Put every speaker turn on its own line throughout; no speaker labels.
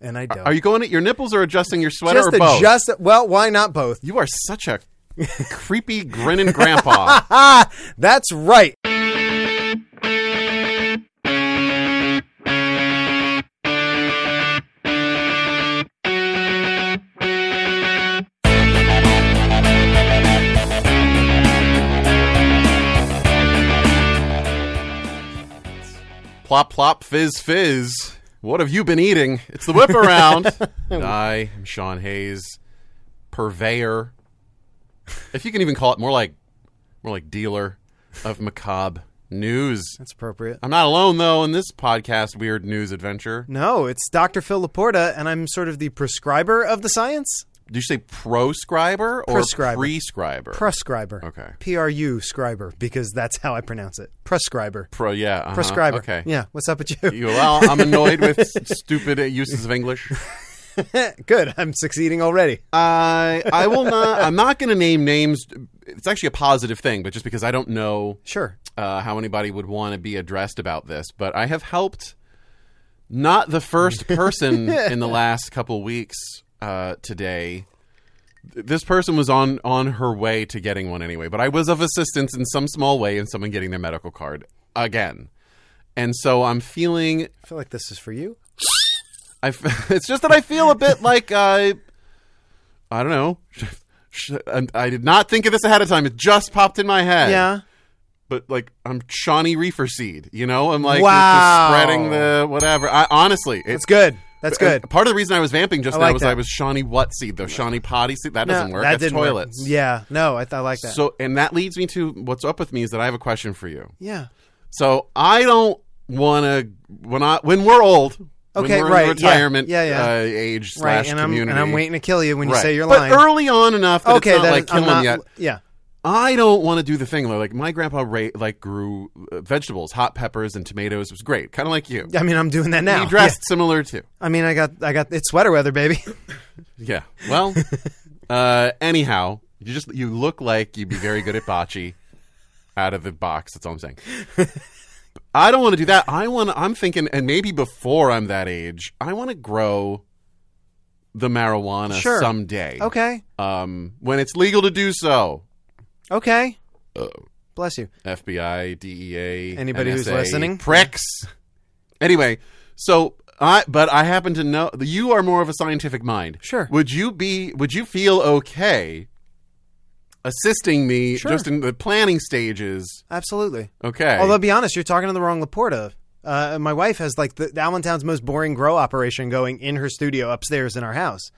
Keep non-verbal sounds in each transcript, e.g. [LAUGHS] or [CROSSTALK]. and I don't.
Are you going at your nipples or adjusting your sweater
just
or both?
adjust? Well, why not both? [LAUGHS]
you are such a creepy
[LAUGHS]
grinning grandpa.
Ah, that's right.
plop plop fizz fizz. What have you been eating? It's the
[LAUGHS]
whip around. and I am Sean Hayes, purveyor. If you can even call it more like more like dealer of macabre news.
That's appropriate.
I'm not alone though in this podcast weird news adventure.
No, it's Dr. Phil Laporta, and I'm sort of the prescriber of the science.
Did you say proscriber or
Prescriber.
prescriber?
Prescriber.
Okay.
P R U scriber, because that's how I pronounce it. Prescriber.
Pro, yeah. uh-huh.
Prescriber.
Okay.
Yeah. What's up with you?
You, well, I'm annoyed with stupid uses of English.
[LAUGHS] Good. I'm succeeding already.
[LAUGHS] I I will not. I'm not going to name names. It's actually a positive thing, but just because I don't know
Sure.
uh, how anybody would want to be addressed about this, but I have helped not the [LAUGHS] first person in the last couple weeks uh, today. Th- This person was on on her way to getting one anyway, but I was of assistance in some small way in someone getting their medical card again, and so I'm feeling
I feel like this is for you.
I f- [LAUGHS] it's just that I feel a bit like I, I don't know. [LAUGHS] Sh- and I did not think of this ahead of time. It just popped in my head.
Yeah.
But like I'm Shawnee Reefer Seed, you know. I'm like
Wow.
just spreading the whatever. I honestly, it's
That's good. That's good.
Part of the reason I was vamping just
I
now
like
was
that.
I was Shawnee what seed though? Shawnee potty seed that doesn't
No,
work.
That
That's
didn't work.
toilets.
Yeah. No, I, th- I like that.
So and that leads me to what's up with me is that I have a question for you.
yeah.
So I don't want to when I when we're old.
Okay,
when we're
right,
In
yeah,
retirement
yeah, yeah.
Uh, age
Right.
slash
And I'm,
community.
and I'm waiting to kill you when you
Right.
say your
but
line.
early on enough that
okay.
it's not
that
like
I'm
kill
not,
him yet.
Yeah.
I don't want to do the thing though. Like my grandpa ra- like grew uh, vegetables, hot peppers and tomatoes. It was great, kind of like you.
[LAUGHS] I mean, I'm doing that now.
He dressed similar too.
Yeah. I mean, I got, I got, it's sweater weather, baby. [LAUGHS]
Yeah. [LAUGHS] Well, uh, anyhow, you just you look like you'd be very good at bocce out of the box. That's all I'm saying. I don't want to do that. I want. I'm thinking, and maybe before I'm that age, I want to grow the marijuana
Sure.
someday.
okay.
Um, when it's legal to do so.
Okay.
Uh,
Bless you.
FBI, DEA,
Anybody who's
NSA,
listening?
pricks. Anyway, so I but I happen to know you are more of a scientific mind.
Sure.
Would you be? Would you feel okay assisting me
Sure.
just in the planning stages?
Absolutely.
Okay.
Although, be honest, you're talking to the wrong Laporta. Uh, my wife has like the, the Allentown's most boring grow operation going in her studio upstairs in our house.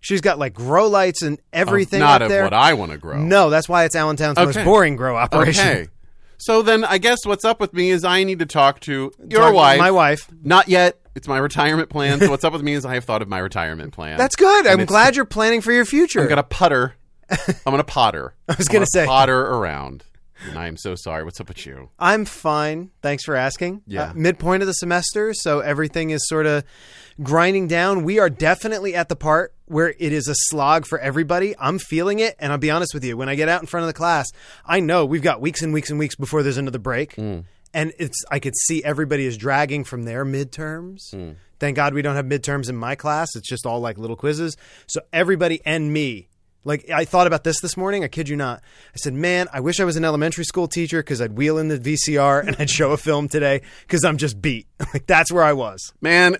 She's got like grow lights and everything
not
up
of
there.
what I want to grow.
No, that's why it's Allentown's most
Okay.
boring grow operation. [LAUGHS]
Okay. So then, I guess what's up with me is I need to talk to your
Talk to
wife.
my wife.
Not yet. It's my retirement plan. so what's up with me is I have thought of my retirement plan.
That's good. I'm
it's-
glad you're planning for your future.
I'm gonna putter. I'm
[LAUGHS]
gonna potter. I
was gonna say.
potter around. And I'm so sorry. What's up with you?
I'm fine. Thanks for asking.
Yeah.
Uh, midpoint of the semester, so everything is sort of grinding down. We are definitely at the part where it is a slog for everybody. I'm feeling it, and I'll be honest with you. When I get out in front of the class, I know we've got weeks and weeks and weeks before there's another break, and it's I could see everybody is dragging from their midterms. Thank God we don't have midterms in my class. It's just all like little quizzes. So everybody and me like I thought about this this morning. I kid you not. I said, "Man, I wish I was an elementary school teacher because I'd wheel in the VCR and I'd show a film today because I'm just beat. [LAUGHS] like that's where I was.
Man,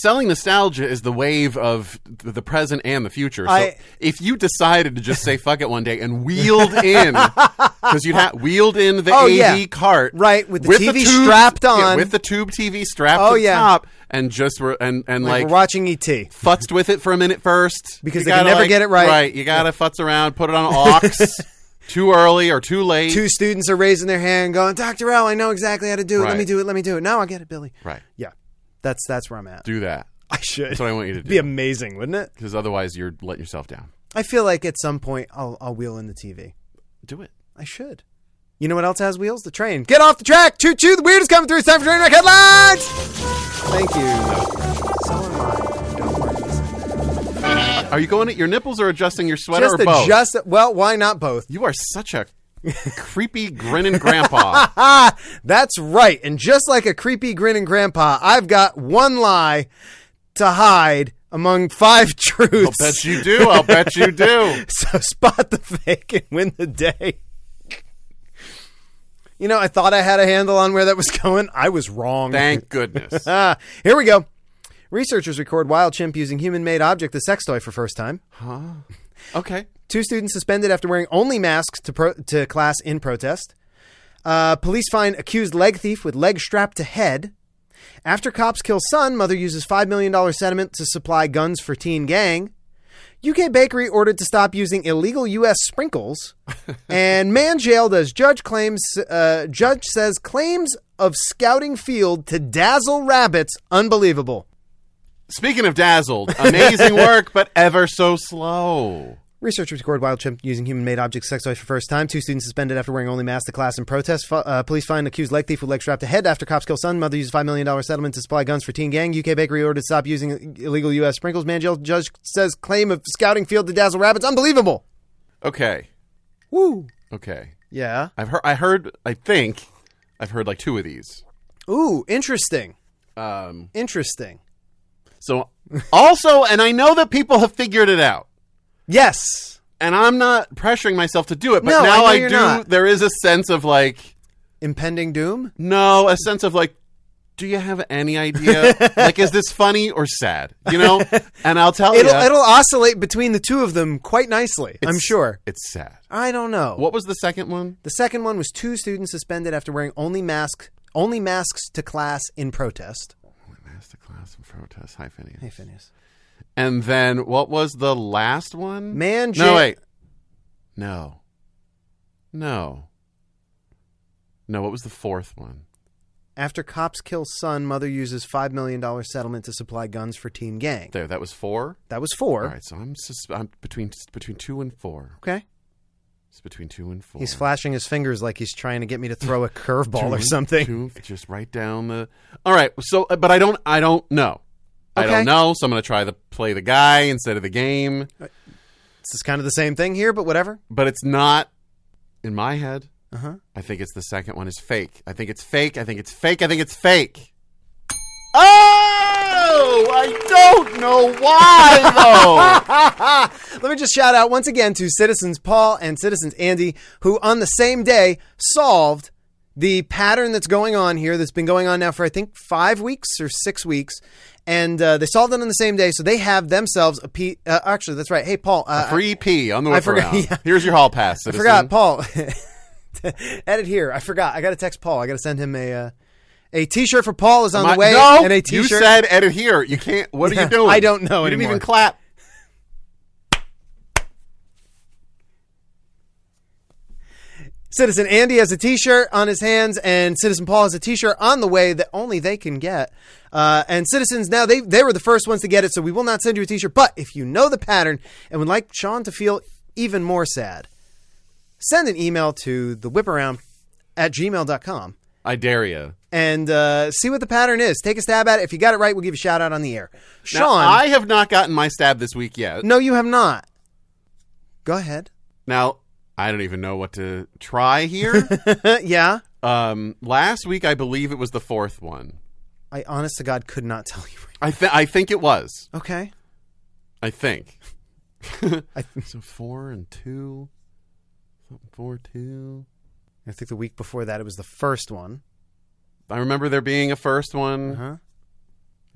selling nostalgia is the wave of th- the present and the future. So
I-
if you decided to just say fuck it one day
[LAUGHS]
and wheeled in because you'd have wheeled in the
Oh,
AV
yeah.
cart
Right, with the TV
tube-
strapped
yeah,
on.
with the tube TV strapped
Oh,
to the
yeah.
top and just were and and like,
We're watching E ET.
futzed with it for a minute first
Because
You
they can
gotta,
never
like-
get it right.
Right, you gotta futz around, put
[LAUGHS]
it on aux too early or too late.
Two students are raising their hand, going, "Dr. L, I know exactly how to do it. Let
Right.
me do it. Let me do it. No, I get it, Billy.
right,
Yeah, that's that's where I'm at.
do that.
I should.
That's what I want you to
It'd be
do.
amazing, wouldn't it?
Because otherwise, you're letting yourself down.
I feel like at some point I'll I'll wheel in the TV.
Do it.
I should. You know what else has wheels? The train. Get off the track. Choo choo. The weird is coming through. It's time for train wreck headlines. Thank you. So am I. Don't worry.
Are you going at your nipples or adjusting your sweater
Just
or both?
adjust. Well, why not both?
you are
[LAUGHS]
such a creepy grinning grandpa.
Ah, that's right. And just like a creepy grinning grandpa, I've got one lie to hide among five [LAUGHS]
I'll
truths.
bet you do. I'll bet you do.
So spot the fake and win the day. You know, I thought I had a handle on where that was [LAUGHS] going. I was wrong.
Thank goodness.
Ah, here we go. Researchers record wild chimp using human-made object as sex toy for first time.
Okay.
Two students suspended after wearing only masks to, pro- to class in protest. Uh, police find accused leg thief with leg strapped to head. After cops kill son, mother uses $5 million sediment to supply guns for teen gang. UK bakery ordered to stop using illegal U.S. sprinkles. and man jailed as judge claims, uh, judge says claims of scouting field to dazzle rabbits unbelievable.
Speaking of dazzled,
[LAUGHS]
amazing work, but ever so slow.
Researchers record wild chimp using human-made objects sex toy for first time. Two students suspended after wearing only masks to class in protest. F- uh, police find accused leg thief with leg strapped to head after cops kill son. Mother uses five million dollar settlement to supply guns for teen gang. UK bakery ordered to stop using illegal U.S. sprinkles. Man jail judge says claim of scouting field to dazzle rabbits. Unbelievable.
Okay.
Woo.
Okay.
Yeah.
I've heard. I heard. I think I've heard like two of these.
Ooh. Interesting.
Um,
Interesting.
so also, and I know that people have figured it out,
Yes.
and I'm not pressuring myself to do it. But
No, I
now
know
I,
you're
do.
not.
There is a sense of like,
Impending doom.
no, a sense of like. Do you have any
[LAUGHS]
idea? like, is this funny or sad? You know, and I'll tell
It'll
you,
it'll oscillate between the two of them quite nicely. I'm
It's-
sure.
it's sad.
I don't know.
What was the second one?
The second one was two students suspended after wearing only masks only masks to class in protest.
Master class and protest. Hi, Phineas.
Hey Phineas.
And then what was the last one?
Man
No,
ja-
wait. No. No. No, what was the fourth one?
After cops kill son, mother uses five million dollar settlement to supply guns for teen gang.
There, that was four.
That was four.
All right, so I'm sus- I'm between between two and four.
Okay.
It's between two and four.
He's flashing his fingers like he's trying to get me to throw
[LAUGHS]
a
Two
curveball or
and-
something.
two, just write down the. All right, so uh, but I don't I don't know. I
Okay.
don't know, so I'm gonna try to play the guy instead of the game.
This is kind of the same thing here, but whatever.
But it's not in my head.
Uh huh.
I think it's the second one is fake. I think it's fake. I think it's fake. I think it's fake. Oh, I don't know why though.
[LAUGHS] Let me just shout out once again to citizens Paul and citizens Andy, who on the same day solved the pattern that's going on here, that's been going on now for I think five weeks or six weeks, and uh, they solved it on the same day. So they have themselves a p. Uh, actually, that's right. Hey, Paul, uh, I-
Free P on the whip
forgot-
around.
yeah.
Here's your hall pass. Citizen.
forgot Paul. [LAUGHS] Edit here. I forgot. I got to text Paul. I got to send him a uh, a T-shirt for Paul is on
My-
the way,
no,
and a
you
T-shirt.
said edit here. You can't. What are you doing?
[LAUGHS] I don't know
You didn't
anymore.
even clap.
Citizen Andy has a T-shirt on his hands, and Citizen Paul has a T-shirt on the way that only they can get. Uh, and citizens now they they were the first ones to get it, so we will not send you a T-shirt. But if you know the pattern and would like Sean to feel even more sad, send an email to the whiparound at gmail.com
I dare you.
and uh, see what the pattern is. Take a stab at it. If you got it right, we'll give you a shout out on the air. Sean,
I have not gotten my stab this week yet.
no, you have not. Go ahead. [LAUGHS]
Now I don't even know what to try here.
yeah,
um, last week I believe it was the fourth one.
I honest to God could not tell you.
I th- I think it was.
Okay.
I think.
I th-
so four and two, something four two.
I think the week before that it was the first one.
I remember there being a first one.
Uh-huh.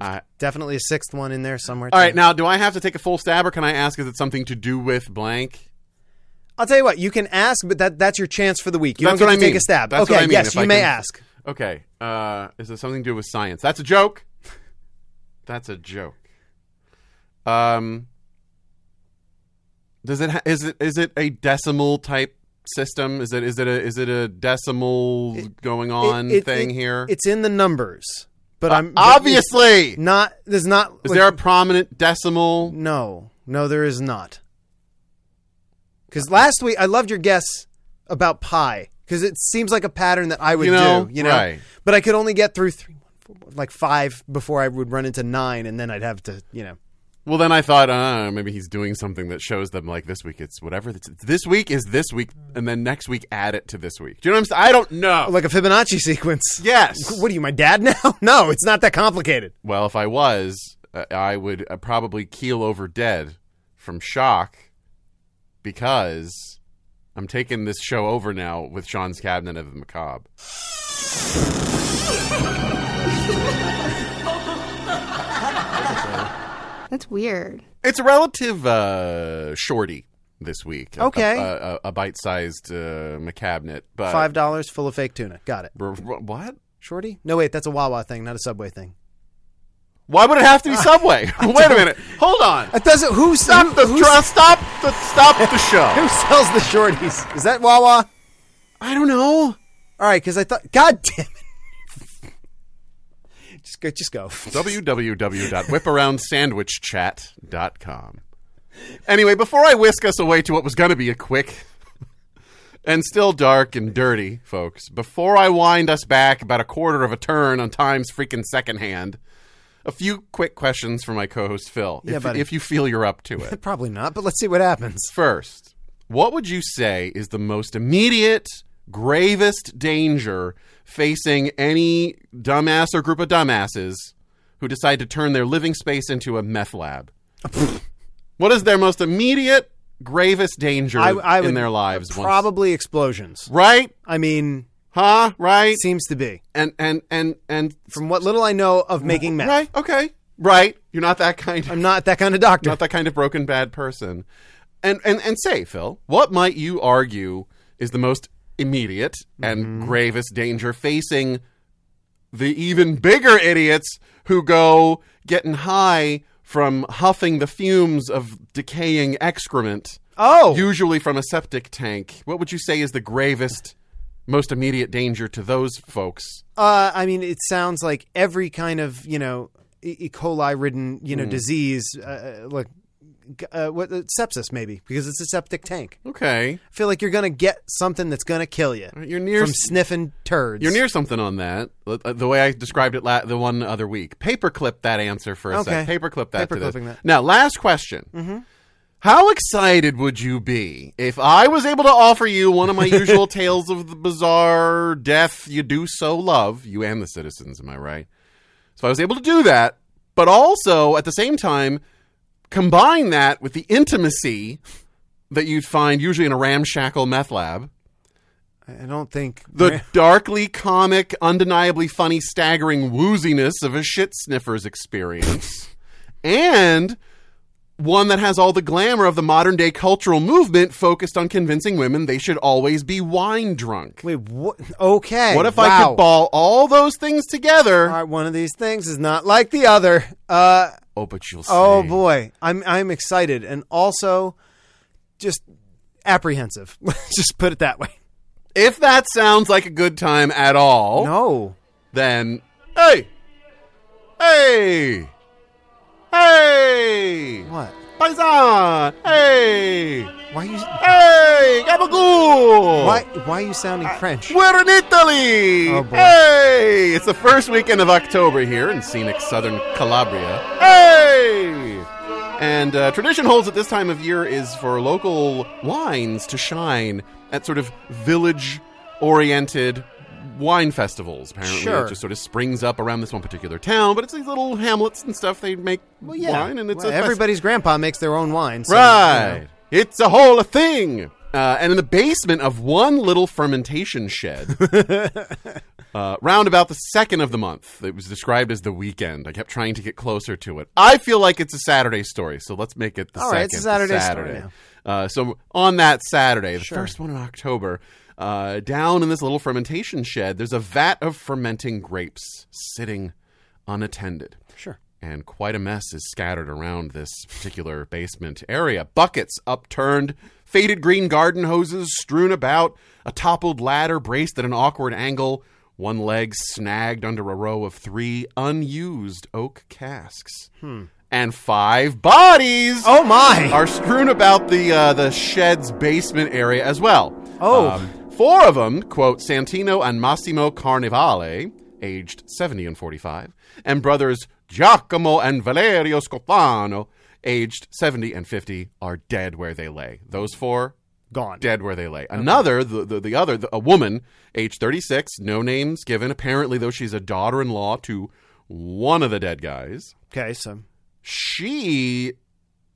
I-
Definitely a sixth one in there somewhere.
all right,
too.
now do I have to take a full stab, or can I ask? Is it something to do with blank?
I'll tell you what. You can ask, but that that's your chance for the week. You
That's
don't get
what I
to take
mean.
a stab.
That's
okay.
what I mean.
Yes,
If
you
I
may
can-
ask.
Okay, uh, is it something to do with science? That's a joke. [LAUGHS] That's a joke. Um, does it ha- is it is it a decimal type system? Is it is it a is it a decimal going on
It- it-
thing
it-
here? Uh,
It's in the numbers, but I'm but
Obviously,
it's not. There's not.
Is
like-
there a prominent decimal?
No, no, there is not. Because last week I loved your guess about pi because it seems like a pattern that I would
You know,
do. You know,
right.
but I could only get through three, one, four, one, like five before I would run into nine, and then I'd have to, you know.
Well, then I thought, uh, maybe he's doing something that shows them like this week it's whatever. It's, this week is this week, and then next week add it to this week. Do you know what I'm saying? I don't know.
like a Fibonacci sequence.
yes.
[LAUGHS] What are you, my dad now? no, it's not that complicated.
Well, if I was, uh, I would uh, probably keel over dead from shock because I'm taking this show over now with Sean's Cabinet of the Macabre.
That's weird.
It's a relative uh, shorty this week. A-
Okay.
A, a, a bite-sized uh, macabinet. But
Five dollars full of fake tuna. Got it.
R- r- what?
Shorty? No, wait, that's a Wawa thing, not a Subway thing.
Why would it have
[LAUGHS]
to be Subway? Wait a minute. Hold on.
It doesn't. Uh, Who
Stop
stop
the tr- stop the stop the show.
[LAUGHS] Who sells the shorties? Is that Wawa?
I don't know.
All right, because I thought. God damn it! [LAUGHS] just go. Just go. [LAUGHS]
www.whiparoundsandwichchat.com. Anyway, before I whisk us away to what was going to be a quick and still dark and dirty, folks, before I wind us back about a quarter of a turn on time's freaking second hand, a few quick questions for my co host Phil,
Yeah,
if,
buddy.
if you feel you're up to it.
Probably not, but let's see what happens.
First, what would you say is the most immediate, gravest danger facing any dumbass or group of dumbasses who decide to turn their living space into a meth lab? what is their most immediate, gravest danger in their lives? once-
Probably explosions.
right?
I mean,
Huh? Right?
it seems to be
And and and and
from what little I know of making meth.
right? Okay. Right? You're not that kind.
I'm not that kind of doctor.
not that kind of broken bad person. And and and say, Phil, what might you argue is the most immediate
Mm-hmm.
and gravest danger facing the even bigger idiots who go getting high from huffing the fumes of decaying excrement,
oh,
usually from a septic tank? What would you say is the gravest, most immediate danger to those folks?
uh, I mean, it sounds like every kind of you know E. e. coli ridden you
Hmm.
know disease. Uh, uh, look, g- uh, what uh, sepsis maybe because it's a septic tank.
Okay,
I feel like you're gonna get something that's gonna kill you
you're near
from sniffing turds.
You're near something on that. Uh, The way I described it la- the one other week. Paperclip that answer for a
Okay.
sec. Paperclip that. to this.
Paperclipping that. Mm-hmm.
Now, last question. How excited would you be if I was able to offer you
[LAUGHS]
one of my usual tales of the bizarre death you do so love, you and the citizens, am I right? So I was able to do that, but also at the same time, combine that with the intimacy that you'd find usually in a ramshackle meth lab
I don't think
the darkly comic, undeniably funny, staggering wooziness of a shit sniffer's experience, and one that has all the glamour of the modern day cultural movement focused on convincing women they should always be wine drunk.
Wait, what? Okay.
What if I
wow.
could ball all those things together?
All right, one of these things is not like the other. Uh,
oh, but you'll see.
oh boy, I'm I'm excited and also just apprehensive. [LAUGHS] Let's just put it that way.
If that sounds like a good time at all,
No,
then hey, hey, hey,
what?
paisan, hey.
Why are you?
Hey, gabagool!
Why why are you sounding French?
We're in Italy!
Oh, boy.
hey! It's the first weekend of October here in scenic southern Calabria. Hey! And uh, tradition holds that this time of year is for local wines to shine at sort of village oriented wine festivals. Apparently,
Sure.
it just sort of springs up around this one particular town, but it's these little hamlets and stuff. They make wine, and it's
Well,
a festival.
everybody's grandpa makes their own wine. So, you
Right.
know.
It's a whole thing. Uh, and in the basement of one little fermentation
[LAUGHS]
shed, uh, round about the second of the month, it was described as the weekend. I kept trying to get closer to it. I feel like it's a Saturday story, so let's make it the
All
second.
right, it's a
the
Saturday story
Saturday.
now.
Uh, so on that Saturday, the first one in October, uh, down in this little fermentation shed, there's a vat of fermenting grapes sitting unattended
Sure.
and quite a mess is scattered around this particular basement area. Buckets upturned, faded green garden hoses strewn about, a toppled ladder braced at an awkward angle, one leg snagged under a row of three unused oak casks, and five bodies
Oh my.
are strewn about the uh, the shed's basement area as well. Um,
Oh.
four of them quote Santino and Massimo Carnivale, aged seventy and forty-five, and brothers Giacomo and Valerio Scopano, aged seventy and fifty, are dead where they lay. Those four
Gone.
dead where they lay. Another, the, the, the other, the, a woman, age 36, no names given, apparently, though she's a daughter in law to one of the dead guys,
Okay, so
she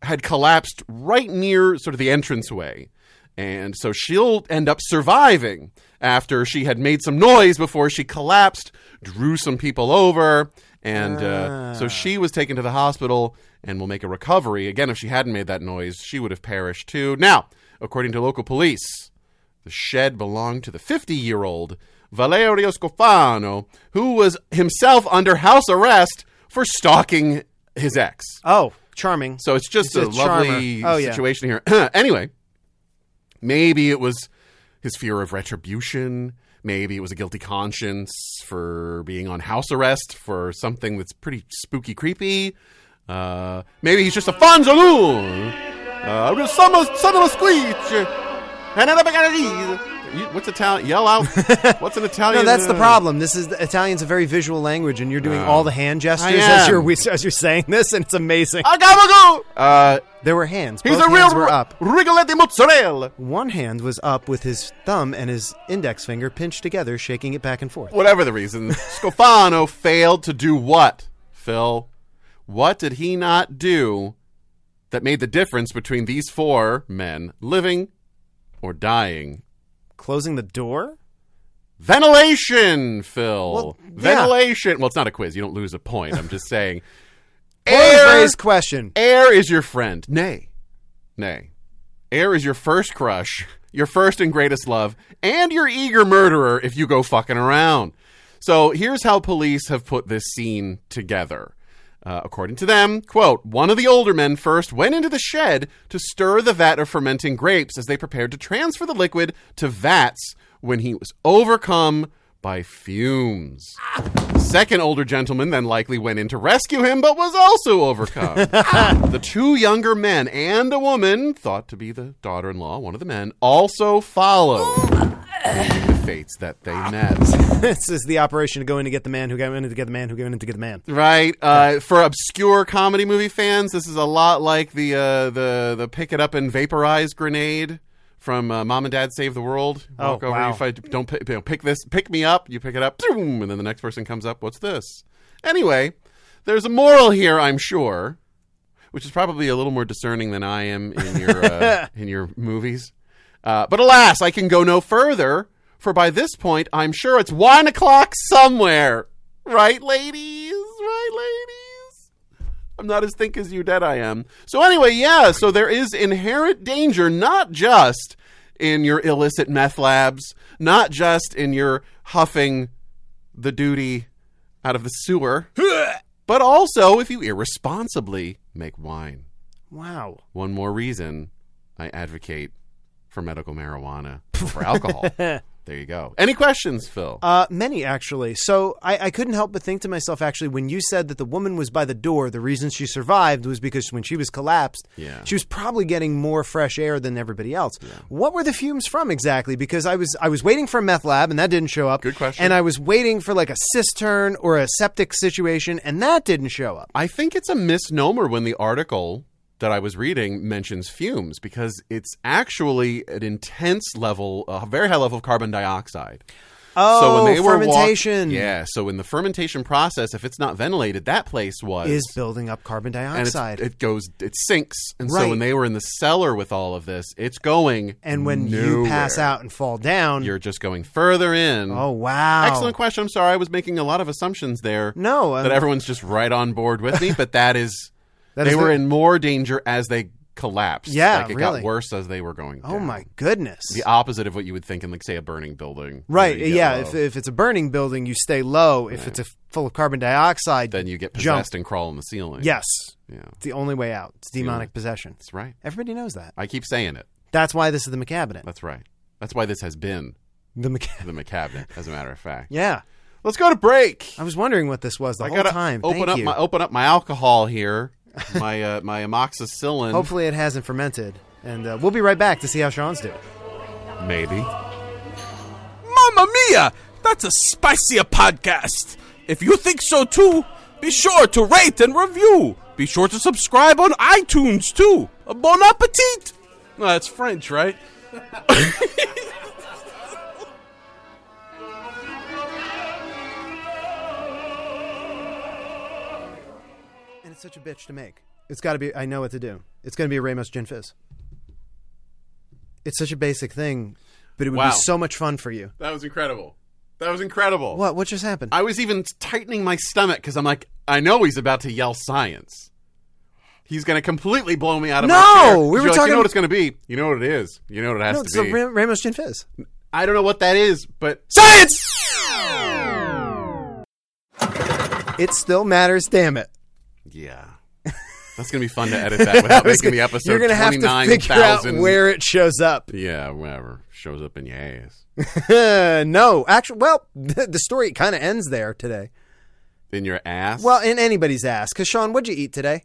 had collapsed right near sort of the entranceway. And so she'll end up surviving after she had made some noise before she collapsed, drew some people over. And uh, so she was taken to the hospital and will make a recovery. Again, if she hadn't made that noise, she would have perished too. Now, according to local police, the shed belonged to the 50 year old Valerio Scofano, who was himself under house arrest for stalking his ex.
Oh, charming.
So it's just
It's
a,
a charmer.
lovely
Oh, yeah.
situation here. [CLEARS THROAT] anyway, maybe it was his fear of retribution. Maybe it was a guilty conscience for being on house arrest for something that's pretty spooky, creepy. Uh, maybe he's just a Fanzaloon. Uh, real son of a- son of a squeech. And another Bacardi. You- What's Italian?
[LAUGHS]
Yell out. What's an
No,
Italian?
that's the
uh,
problem. This is Italian's a very visual language, and you're doing all the hand
I
gestures
am.
as you're as you're saying this, and it's amazing.
Agabago! Uh,
There were hands.
he's
Both
a real
hands were up.
Rigoletti mozzarella.
One hand was up with his thumb and his index finger pinched together, shaking it back and forth.
whatever the reason, Scofano failed to do what, Phil? What did he not do that made the difference between these four men living or dying?
Closing the door?
Ventilation, Phil.
Well, yeah.
Ventilation. Well, it's not a quiz. You don't lose a point. I'm just saying. air,
Paraphrase question. [LAUGHS]
air is your friend. Nay. Nay. Air is your first crush, your first and greatest love, and your eager murderer if you go fucking around. So here's how police have put this scene together. Uh, according to them, quote, one of the older men first went into the shed to stir the vat of fermenting grapes as they prepared to transfer the liquid to vats when he was overcome by fumes. Second older gentleman then likely went in to rescue him, but was also overcome. the two younger men and a woman, thought to be the daughter in law, one of the men, also followed. the fates that they met.
this is the operation to go in to get the man who got in to get the man who got in to get the man.
Right. Uh, for obscure comedy movie fans, this is a lot like the uh, the the pick it up and vaporize grenade from uh, Mom and Dad Save the World.
Oh,
Walk over
wow.
if I don't pick, you know, pick this, pick me up. You pick it up, boom, and then the next person comes up. What's this? Anyway, there's a moral here, I'm sure, which is probably a little more discerning than I am in your uh, in your movies. Uh, but alas, I can go no further, for by this point, I'm sure it's one o'clock somewhere. Right, ladies? Right, ladies? I'm not as thick as you dead I am. So, anyway, yeah, so there is inherent danger, not just in your illicit meth labs, not just in your huffing the duty out of the sewer, but also if you irresponsibly make wine
Wow.
one more reason I advocate for medical
[LAUGHS]
marijuana for alcohol. there you go. Any questions, Phil?
Uh, many actually. So I, I couldn't help but think to myself, actually, when you said that the woman was by the door, the reason she survived was because when she was collapsed,
Yeah.
she was probably getting more fresh air than everybody else. What were the fumes from exactly? Because I was I was waiting for a meth lab and that didn't show up.
Good question.
And I was waiting for like a cistern or a septic situation and that didn't show up.
I think it's a misnomer when the article that I was reading mentions fumes because it's actually an intense level, a very high level of carbon dioxide.
Oh,
so when they were walk-
fermentation
yeah. So in the fermentation process, if it's not ventilated, that place was
is building up carbon
and it's-
dioxide.
it goes, it sinks. And so
Right.
when they were in the cellar with all of this, it's going.
and when you pass
nowhere.
out and fall down,
Mm-hmm. you're just going further in.
oh wow,
Excellent question. I'm sorry, I was making a lot of assumptions there.
No, uh,
that everyone's just right on board with [LAUGHS] me, but that is
That
they
is the-
were in more danger as they collapsed.
Yeah,
like it
really.
got worse as they were going.
Oh
down.
my goodness.
The opposite of what you would think in, like, say, a burning building.
Right.
You get
Yeah.
low,
If, if it's a burning building, you stay low. If it's a full of carbon dioxide,
then you get
jump.
possessed and crawl in the ceiling.
yes,
yeah,
it's the only way out. It's demonic possession.
that's right.
Everybody knows that.
I keep saying it.
That's why this is the macabre.
That's right. That's why this has been
The macabre.
the macabre. as a matter of fact.
[LAUGHS] Yeah.
[LAUGHS] Let's go to break.
I was wondering what this was the
I
whole
gotta
time.
open
Thank
up
you.
my open up my alcohol here. my uh, [LAUGHS] my amoxicillin.
Hopefully, it hasn't fermented. And uh, we'll be right back to see how Sean's doing.
Maybe.
Mamma mia! That's a spicier podcast! If you think so too, be sure to rate and review. Be sure to subscribe on iTunes too. Bon appetit! No, that's French, right?
And it's such a bitch to make. It's got to be. I know what to do. It's going to be a Ramos Gin Fizz. It's such a basic thing, but it would
Wow.
be so much fun for you.
That was incredible. That was incredible.
What? What just happened?
I was even tightening my stomach because I'm like, I know he's about to yell science. He's going to completely blow me out of my
No, we
chair. You're
were
like, You
talking-
know what it's going to be. You know what it is. You know what it has
no, it's
to
a
be.
Ra- Ramos Gin Fizz.
I don't know what that is, but
Science. It still matters. Damn it.
yeah, that's going to be fun to edit
[LAUGHS]
that without making the episode.
You're gonna have to figure out
29,000
where it shows up. [LAUGHS]
Yeah, whatever shows up in your ass,
no, actually, well, the, the story kind of ends there today.
in your ass.
Well, in anybody's ass. Because Sean, what'd you eat today?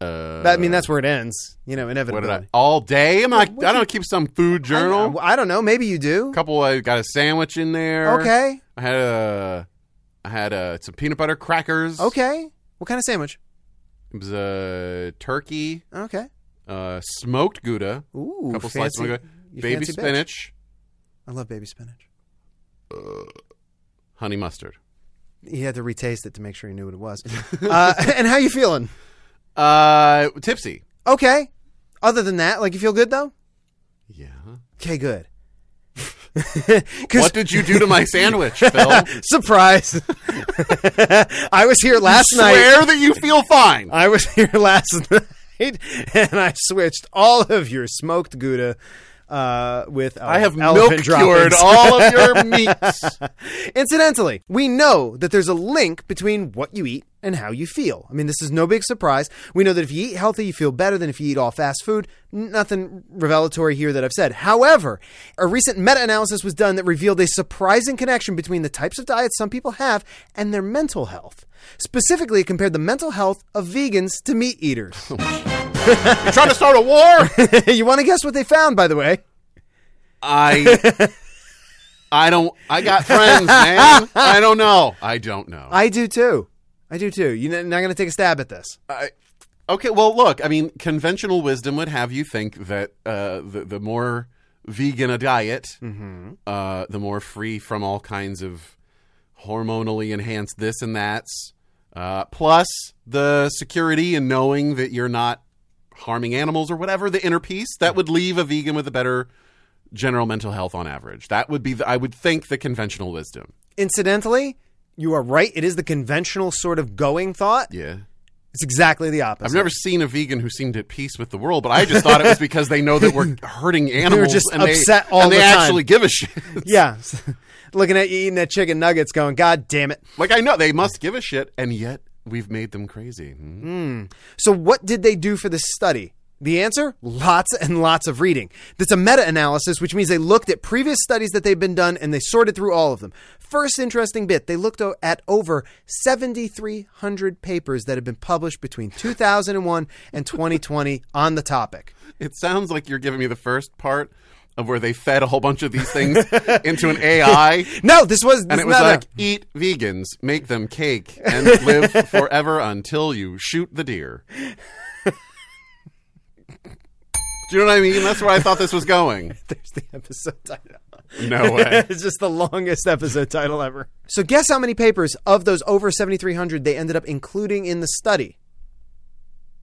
uh,
I mean, that's where it ends. You know,
what
inevitably.
did I all day? Am I? I don't keep some food journal.
I, I don't know. Maybe you do.
couple. I got a sandwich in there.
Okay.
I had a, I had a, some peanut butter crackers.
Okay. What kind of sandwich?
It was a turkey,
Okay.
uh, smoked gouda,
Ooh,
couple
fancy,
slices of gouda,
you
baby
fancy bitch.
spinach,
I love baby spinach.
honey mustard.
He had to retaste it to make sure he knew what it was. [LAUGHS] uh, and how you feeling?
Uh, tipsy.
Okay. Other than that, like you feel good though.
Yeah.
Okay, good. [LAUGHS] 'Cause-
What did you
[LAUGHS]
do to my sandwich, Phil?
Surprise! [LAUGHS] I was here last night.
Swear that you feel fine.
I was [LAUGHS] here last night, and I switched all of your smoked gouda uh, with
I have milk
elephant
cured
droppings.
all
[LAUGHS]
of your meats.
Incidentally, we know that there's a link between what you eat and how you feel. I mean, this is no big surprise. We know that if you eat healthy, you feel better than if you eat all fast food. Nothing revelatory here that I've said. However, a recent meta analysis was done that revealed a surprising connection between the types of diets some people have and their mental health. Specifically, it compared the mental health of vegans to meat eaters. [LAUGHS]
You're trying to start a war.
you want to guess what they found, by the way? [LAUGHS]
I. I don't. I got friends, man. I don't know. I don't know.
I do too. I do too. You're not going to take a stab at this.
I, okay, well, look, I mean, conventional wisdom would have you think that uh, the, the more vegan a diet, uh, the more free from all kinds of hormonally enhanced this and that's, uh, plus the security and knowing that you're not harming animals or whatever, the inner peace, that would leave a vegan with a better general mental health on average. That would be, the, I would think, the conventional wisdom.
Incidentally, you are right. It is the conventional sort of going thought.
Yeah.
It's exactly the opposite.
I've never seen a vegan who seemed at peace with the world, but I just thought it was because they know
[LAUGHS]
that we're hurting animals.
just
and they-
upset all
and they
the time.
actually give a shit. [LAUGHS]
Yeah. [LAUGHS] Looking at you eating that chicken nuggets going, God damn it.
like I know they must give a shit, and yet we've made them crazy. Hmm.
So, what did they do for this study? The answer? Lots and lots of reading. That's a meta analysis, which means they looked at previous studies that they've been done and they sorted through all of them. First interesting bit they looked o- at over 7,300 papers that have been published between 2001 and 2020 on the topic.
It sounds like you're giving me the first part of where they fed a whole bunch of
[LAUGHS]
these things into an AI,
No, this was. This
and it was
meta.
like
[LAUGHS]
eat vegans, make them cake, and live forever until you shoot
[LAUGHS]
the deer. Do you know what I mean? That's where I thought this was going.
There's the episode title.
No [LAUGHS] way.
it's just the longest episode title ever. So, guess how many papers of those over 7,300 they ended up including in the study?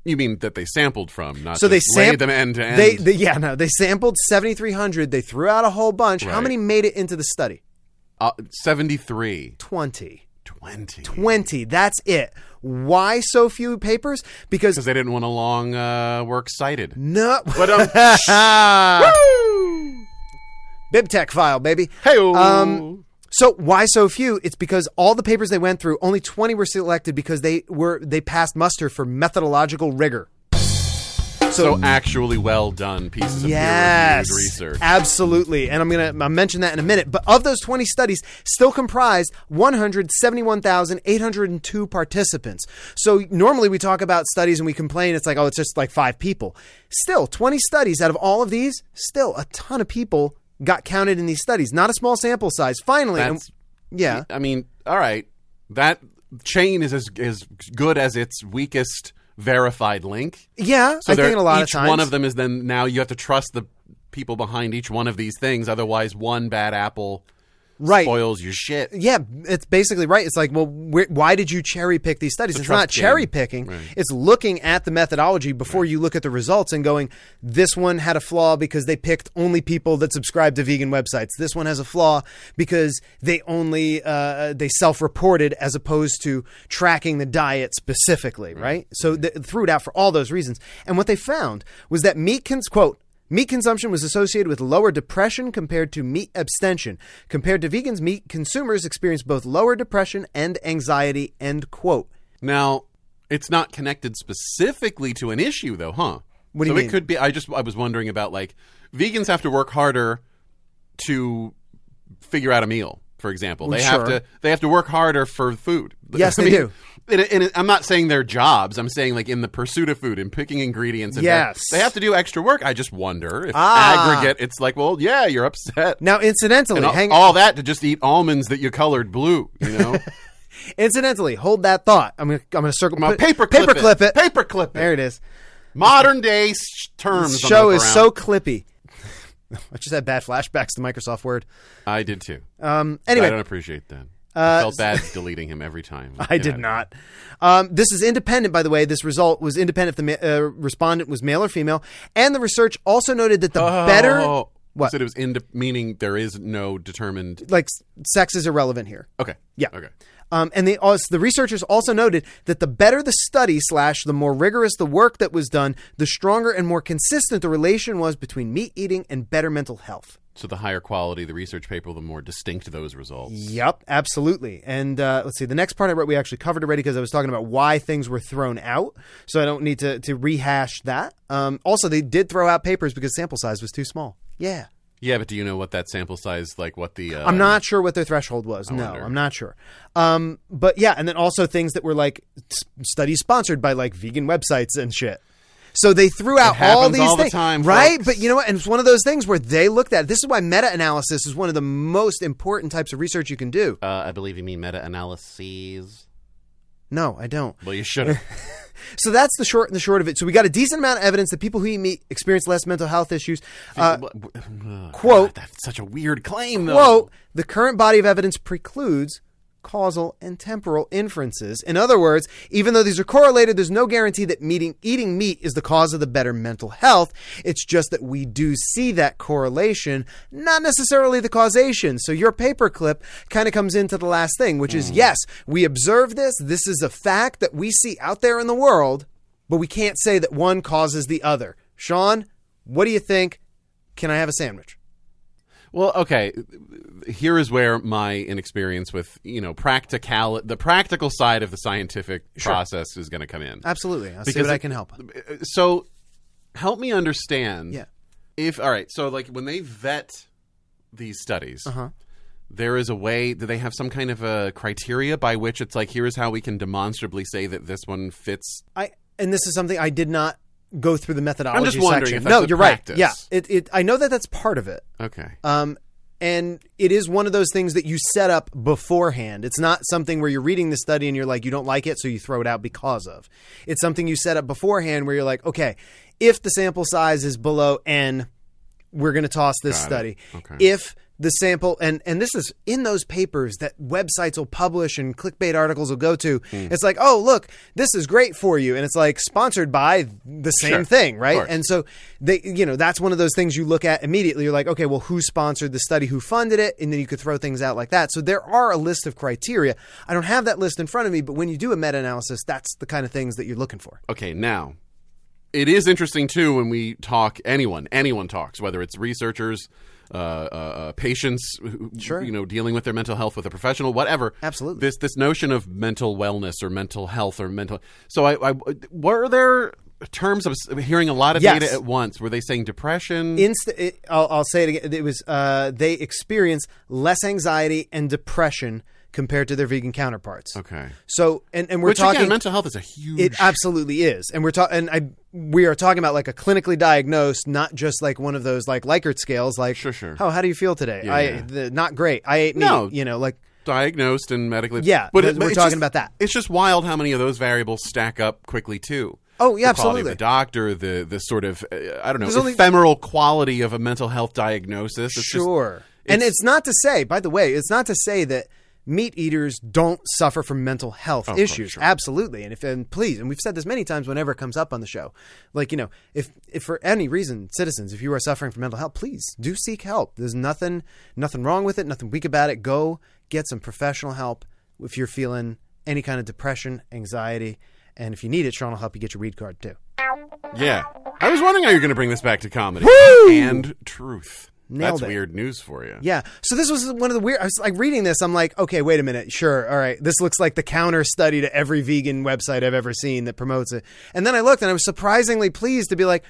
You mean that they sampled from, not
So they
just laid
sampled
them end to end.
They, they yeah, no, they sampled 7,300. They threw out a whole bunch. How
Right.
many made it into the study?
uh, 73.
20.
20.
20. That's it. Why so few papers? Because
Because they didn't want a long uh, work cited.
no.
But um,
[LAUGHS]
[LAUGHS]
BibTech file, baby.
hey,
Um, So why so few? It's because all the papers they went through, only 20 were selected because they were they passed muster for methodological rigor.
so actually well done pieces of
Yes,
peer-reviewed resersich
absolutely. And I'm gonna I'll mention that in a minute. But of those 20 studies, still comprised 171,802 participants. So normally we talk about studies and we complain it's like oh it's just like five people. Still, 20 studies out of all of these, still a ton of people got counted in these studies. Not a small sample size. Finally, and-
That's-
yeah.
I mean, all right, that chain is as as good as its weakest verified link.
Yeah, I
they're-
think in a lot of
each
times.
one of them is then now you have to trust the people behind each one of these things. Otherwise, one bad apple
Right.
spoils your shit.
yeah, it's basically right. It's like, well, wh- why did you cherry pick these studies? It's
trust
not
game.
cherry picking.
Right.
It's looking at the methodology before you look at the results and going, this one had a flaw because they picked only people that subscribe to vegan websites. This one has a flaw because they only uh, they self-reported as opposed to tracking the diet specifically, right? So they threw it out for all those reasons. And what they found was that meat cons quote Meat consumption was associated with lower depression compared to meat abstention. Compared to vegans, meat consumers experience both lower depression and anxiety. End quote.
Now, it's not connected specifically to an issue, though, huh?
What do
so
you
it
mean?
could be. I just I was wondering about like vegans have to work harder to figure out a meal. For example, they have
Mm, sure.
to they have to work harder for food. [LAUGHS]
Yes, they do.
And, and I'm not saying their jobs. I'm saying like in the pursuit of food and picking ingredients. And
Yes.
they have to do extra work. I just wonder if
Ah.
aggregate. It's like, well, yeah, you're upset.
Now, incidentally,
And all-
hang
all that to just eat almonds that you colored blue. You
[LAUGHS]
know,
incidentally, hold that thought. I'm gonna I'm gonna circle
my
put-
paper clip
paper clip it.
Paper clip it.
There it is.
Modern day s- terms.
This
I'm
show
looking
is
around.
so clippy. [LAUGHS] I just had bad flashbacks to Microsoft Word.
I did too.
Um, anyway, Uh,
I don't appreciate that. I felt bad
[LAUGHS]
deleting him every time.
I did not. Um, this is independent, by the way. This result was independent if the ma- uh, respondent was male or female. And the research also noted that the better,
Oh,
What?
So it was in meaning there is no determined.
like, s- sex is irrelevant here.
Okay.
Yeah.
Okay.
Um, and they also, the researchers also noted that the better the study slash the more rigorous the work that was done, the stronger and more consistent the relation was between meat eating and better mental health.
So the higher quality the research paper, the more distinct those results.
Yep, absolutely. And uh, let's see, the next part I wrote we actually covered already because I was talking about why things were thrown out, so I don't need to to rehash that. Um, also, they did throw out papers because sample size was too small. Yeah.
Yeah, but do you know what that sample size, like what the? Uh,
I'm not sure what their threshold was. no,
wonder.
I'm not sure. Um, but yeah, and then also things that were like s- studies sponsored by like vegan websites and shit. So they threw out all
happens
these
all the
things,
time,
right?
folks.
But you know what? And it's one of those things where they looked at. This is why meta-analysis is one of the most important types of research you can do.
Uh, I believe you mean meta-analyses.
No, I don't.
Well, you should have.
So that's the short and the short of it. So we got a decent amount of evidence that people who eat meat experience less mental health issues. [LAUGHS] Uh, quote-
That's such a weird claim, though.
quote, the current body of evidence precludes causal and temporal inferences. In other words, even though these are correlated, there's no guarantee that meeting, eating meat is the cause of the better mental health. It's just that we do see that correlation, not necessarily the causation. So your paperclip kind of comes into the last thing, which
Hmm.
is yes, we observe this. This is a fact that we see out there in the world, but we can't say that one causes the other. Sean, what do you think? Can I have a sandwich?
Well, okay. Here is where my inexperience with you know practical the practical side of the scientific process is going to come in.
Absolutely. I'll see
Because
what I
it-
can help.
So, help me understand.
Yeah.
If all right, so like when they vet these studies,
Uh-huh.
there is a way. Do they have some kind of a criteria by which it's like here is how we can demonstrably say that this one fits?
I and this is something I did not go through the methodology
I'm just wondering
section.
if that's
no,
the
you're
practice.
right. Yeah, it, it. I know that that's part of it.
Okay.
Um, and it is one of those things that you set up beforehand. It's not something where you're reading the study and you're like, you don't like it, so you throw it out because of. It's something you set up beforehand where you're like, okay, if the sample size is below n, we're going to toss this study.
Okay.
If the sample and and this is in those papers that websites will publish and clickbait articles will go to.
Hmm.
It's like, oh look, this is great for you, and it's like sponsored by the same
Sure.
thing, right?
course.
And and so they, you know, that's one of those things you look at immediately. You're like, okay, well, who sponsored the study? Who funded it? And then you could throw things out like that. So there are a list of criteria. I don't have that list in front of me, but when you do a meta analysis, that's the kind of things that you're looking for.
Okay, now it is interesting too when we talk. Anyone, anyone talks, whether it's researchers, uh, uh, uh, patients, who- who,
Sure.
you know, dealing with their mental health with a professional, whatever.
Absolutely.
This this notion of mental wellness or mental health or mental. So, I, I were there terms of hearing a lot of
Yes.
data at once? Were they saying depression?
Inst- it, I'll, I'll say it again. It was uh, they experience less anxiety and depression compared to their vegan counterparts.
okay.
So, and, and we're
Which
talking
again, mental health is a huge.
It absolutely is, and we're talking, and I we are talking about like a clinically diagnosed, not just like one of those like Likert scales, like
Sure, sure.
Oh, how do you feel today? I
yeah.
the, not great. I ate meat.
No.
You know, like
diagnosed and medically.
Yeah,
but
th-
it-
we're
it's
talking
just-
about that.
It's just wild how many of those variables stack up quickly too.
Oh, yeah,
the quality of
absolutely.
The doctor, the the sort of uh, I don't know
There's only-
ephemeral quality of a mental health diagnosis. It's just-
sure. and it's not to say, by the way, it's not to say that meat eaters don't suffer from mental health
Oh,
issues. Absolutely. And if and please, and we've said this many times whenever it comes up on the show, like, you know, if if for any reason, citizens, if you are suffering from mental health, please do seek help. There's nothing nothing wrong with it, nothing weak about it. Go get some professional help if you're feeling any kind of depression, anxiety, and if you need it, Sean will help you get your read card too.
Yeah. I was wondering how you're going to bring this back to comedy and truth.
Nailed
That's
it.
weird news for you.
Yeah. So this was one of the weird. I was like reading this. I'm like, okay, wait a minute. Sure. All right. This looks like the counter study to every vegan website I've ever seen that promotes it. And then I looked and I was surprisingly pleased to be like,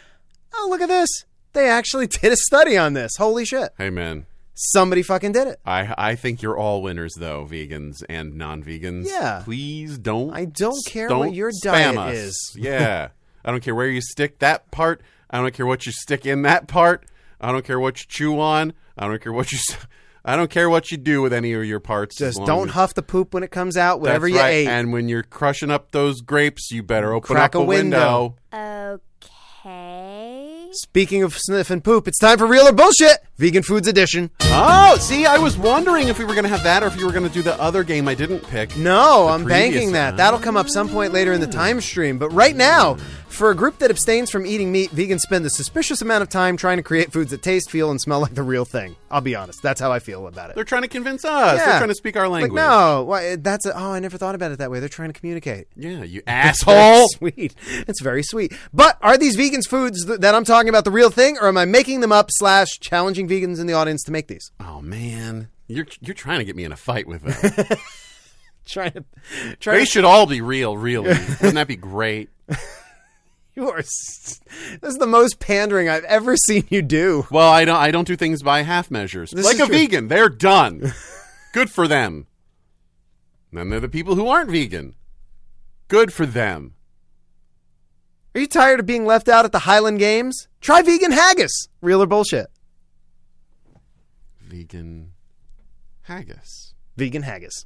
oh, look at this. They actually [LAUGHS] did a study on this. Holy shit.
Hey, man.
Somebody fucking did it.
I I think you're all winners though, vegans and non-vegans.
Yeah.
Please don't.
I don't care
don't
what your
spam
diet
us.
is. [LAUGHS]
yeah. I don't care where you stick that part. I don't care what you stick in that part. I don't care what you chew on. I don't care what you. s- [LAUGHS] I don't care what you do with any of your parts. as
Just
long
don't
as-
huff the poop when it comes out,
That's
whatever you
right.
ate.
And when you're crushing up those grapes, you better open
Crack
up
a window.
Okay.
Speaking of sniffing poop, it's time for real or bullshit. Vegan Foods Edition.
Oh, see, I was wondering if we were going to have that or if you were going to do the other game I didn't pick.
No,
The
I'm
previous
banking that.
one.
That'll come up some point later in the time stream. But right now, for a group that abstains from eating meat, vegans spend a suspicious amount of time trying to create foods that taste, feel, and smell like the real thing. I'll be honest. That's how I feel about it.
They're trying to convince us. They're
Yeah.
trying to speak our
Like,
language.
no, why, that's a, oh, I never thought about it that way. They're trying to communicate.
Yeah, you
Very
asshole.
sweet. It's very sweet. But are these vegans foods th- that I'm talking about the real thing, or am I making them up? Slash challenging vegans in the audience to make these. [LAUGHS]
Oh man, you're you're trying to get me in a fight with them.
Trying to,
they
trying to.
should all be real, really. Wouldn't that be great?
[LAUGHS] You are. s- This is the most pandering I've ever seen you do.
Well, I don't I don't do things by half measures. like
is
a
true.
vegan, they're done.
[LAUGHS]
Good for them. And then they're the people who aren't vegan. Good for them.
Are you tired of being left out at the Highland Games? Try vegan haggis. Real or bullshit?
Vegan haggis.
Vegan haggis.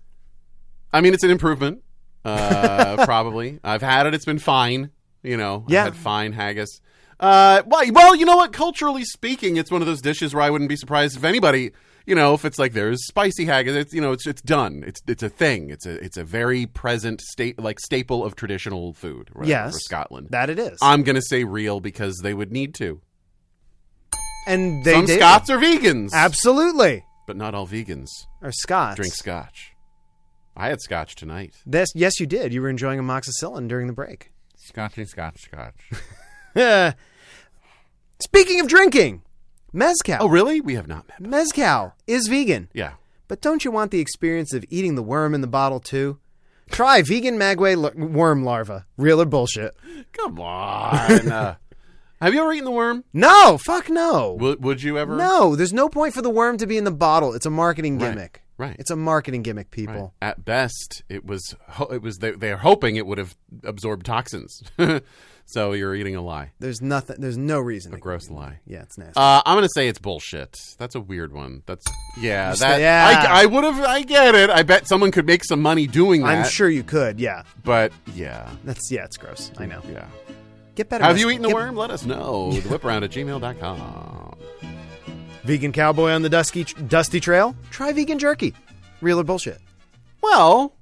I mean, it's an improvement. Uh, [LAUGHS] probably. I've had it. It's been fine. You know,
Yeah.
I've had fine haggis. Uh, well, well, you know what? Culturally speaking, it's one of those dishes where I wouldn't be surprised if anybody, you know, if it's like there's spicy haggis, it's you know, it's it's done. It's it's a thing. It's a it's a very present state like staple of traditional food. Right,
yes.
for Scotland.
That it is.
I'm gonna say real because they would need to.
and they
Some
did.
Scots are vegans,
Absolutely.
but not all vegans
Or Scots.
drink Scotch. I had Scotch tonight.
This, yes, you did. You were enjoying amoxicillin during the break. [LAUGHS]
Scotchy, Scotch, Scotch.
Speaking of drinking, Mezcal.
Oh, really? We have not met.
Mezcal is vegan.
Yeah.
But don't you want the experience of eating the worm in the bottle too? Try vegan magway l- worm larva. Real or bullshit?
Come [LAUGHS] on. Uh, have you ever eaten the worm?
No, fuck no.
Would, would you ever?
No, there's no point for the worm to be in the bottle. It's a marketing
Right,
gimmick.
right.
It's a marketing gimmick, people.
Right. At best, it was. ho- It was. They, they're hoping it would have absorbed toxins. [LAUGHS] so you're eating a lie,
There's nothing. There's no reason. to-
a gross lie.
Yeah, it's nasty.
Uh, I'm gonna say it's bullshit. That's a weird one. That's yeah. That
yeah.
I, I would have. I get it. I bet someone could make some money doing that.
I'm sure you could. Yeah,
but yeah,
that's yeah. It's gross. I know.
yeah.
Get better.
Have
Mezcal.
you eaten the
Get-
worm? Let us [LAUGHS] know. The whip around at gmail.com.
Vegan cowboy on the dusky dusty trail. Try vegan jerky. Real or bullshit? [LAUGHS]
Well,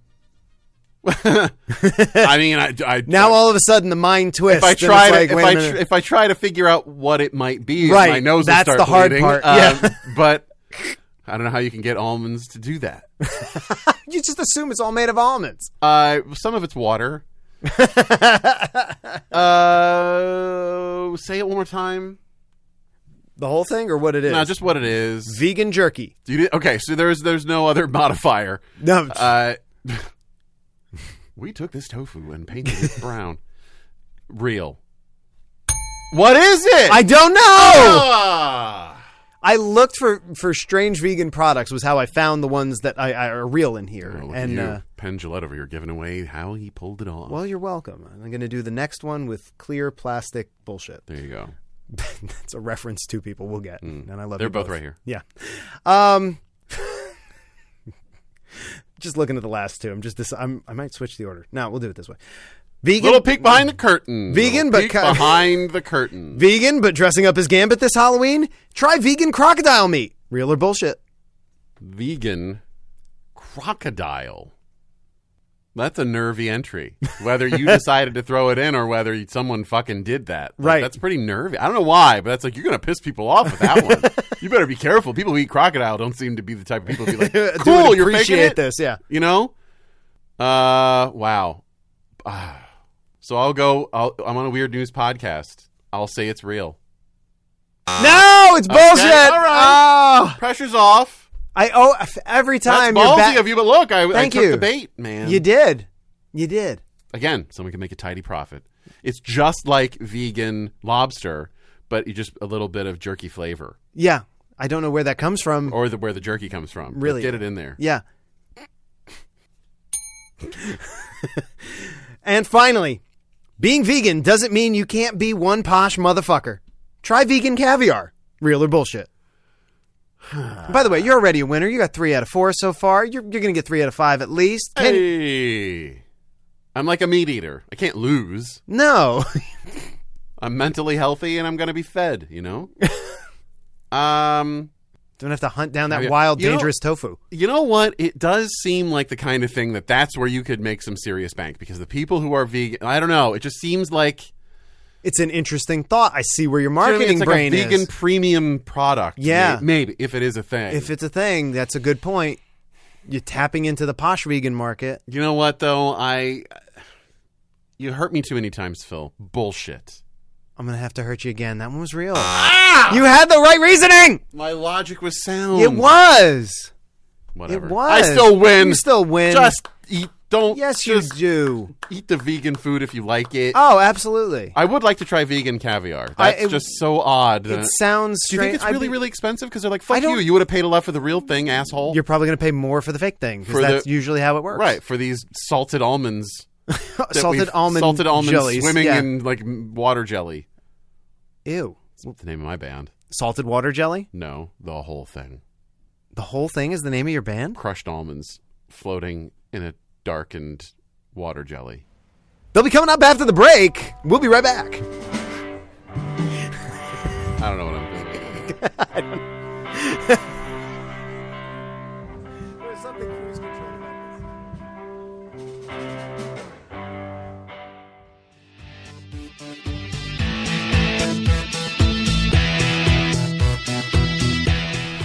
I mean, I, I
Now
I,
all of a sudden the mind twists.
if I
and it's
try to
like,
if
wait a
I
minute.
tr- if I try to figure out what it might be,
Right,
my nose will
that's
start
the hard
bleeding.
part,
Um,
yeah.
[LAUGHS] but I don't know how you can get almonds to do that.
[LAUGHS] you just assume it's all made of almonds.
Uh, some of
[LAUGHS]
it's water. uh, say it one more time.
The whole thing, or what it is?
No, just what it is.
vegan jerky.
You did- okay, so there's there's no other [LAUGHS] modifier.
No,
Uh, [LAUGHS] we took this tofu and painted it brown. Real. What is it?
I don't know.
Oh, Ah.
I looked for for strange vegan products was how I found the ones that I, I are real in here.
Oh, look at
and
you,
uh,
Penn Jillette over here giving away how he pulled it off.
well, you're welcome. I'm going to do the next one with clear plastic bullshit. [LAUGHS]
There you go.
That's a reference two people will get, and I love.
Hmm. They're
you
both right here.
Yeah. Um. [LAUGHS] just looking at the last two. I'm just. This, I'm. I might switch the order. No, we'll do it this way. Vegan.
Little peek behind the curtain.
Vegan,
Little
but
peek
cut-
behind the curtain.
vegan, but dressing up as Gambit this Halloween. Try vegan crocodile meat. Real or bullshit? [LAUGHS]
vegan crocodile. That's a nervy entry.
[LAUGHS]
Whether you decided to throw it in or whether someone fucking did that. Like,
Right.
That's pretty nervy. I don't know why, but that's like, you're going to piss people off with
[LAUGHS]
that one. you better be careful. People who eat crocodile don't seem to be the type of people who be
[LAUGHS]
like,
Dude,
cool, you're faking
appreciate
it.
this. Yeah.
You know? Uh, wow. [SIGHS] Ah. So I'll go, I'll, I'm on a Weird News podcast. I'll say it's real.
No, it's bullshit.
Ah. all right.
Oh,
Pressure's off.
I oh f- every
That's
time
ballsy
you're back,
of you, but look, I, I
Thank
took
you.
the bait, man.
you did, you did.
Again, someone can make a tidy profit. It's just like vegan lobster, but you just a little bit of jerky flavor,
Yeah, I don't know where that comes from.
or the, where the jerky comes from. But
Really?
get it in there.
Yeah. and finally, being vegan doesn't mean you can't be one posh motherfucker. Try vegan caviar, real or bullshit. By the way, you're already a winner. You got three out of four so far. You're, you're going to get three out of five at least. Can-
Hey, I'm like a meat eater. I can't lose.
No. [LAUGHS]
I'm mentally healthy, and I'm gonna be fed.
[LAUGHS]
You know. um,
don't have to hunt down that
Okay.
wild,
You know-
dangerous tofu.
you know what? It does seem like the kind of thing that that's where you could make some serious bank because the people who are vegan, I don't know. It just seems like
It's an interesting thought. I see where your
You know what I mean?
marketing
it's like
brain
a vegan
is.
premium product.
Yeah.
May- maybe, if it is a thing.
If it's a thing, that's a good point. You're tapping into the posh vegan market.
you know what though, I you hurt me too many times, Phil. Bullshit.
I'm gonna have to hurt you again. That one was real.
Ah!
You had the right reasoning.
My logic was sound.
Ah! It was.
Hmm. Whatever.
It was.
I still win.
You still win.
Just eat. Don't.
yes, you
just
do.
eat the vegan food if you like it.
Oh, absolutely.
I would like to try vegan caviar. That's
I- it-
just so odd.
it sounds.
Do you think
strange.
it's
I'd
really,
be-
really expensive? Because they're like, fuck you.
don't-
You would have paid a lot for the real thing, asshole.
You're probably gonna pay more for the fake thing
For
because
the-
that's usually how it works. [LAUGHS]
right for these salted almonds. that
salted
we've-
almond.
salted almonds
jellies.
swimming
yeah.
in like m- water jelly.
Ew.
What's the name of my band?
Salted water jelly.
No, the whole thing.
The whole thing is the name of your band.
Crushed almonds floating in a darkened water jelly.
They'll be coming up after the break. We'll be right back.
I don't know what I'm doing.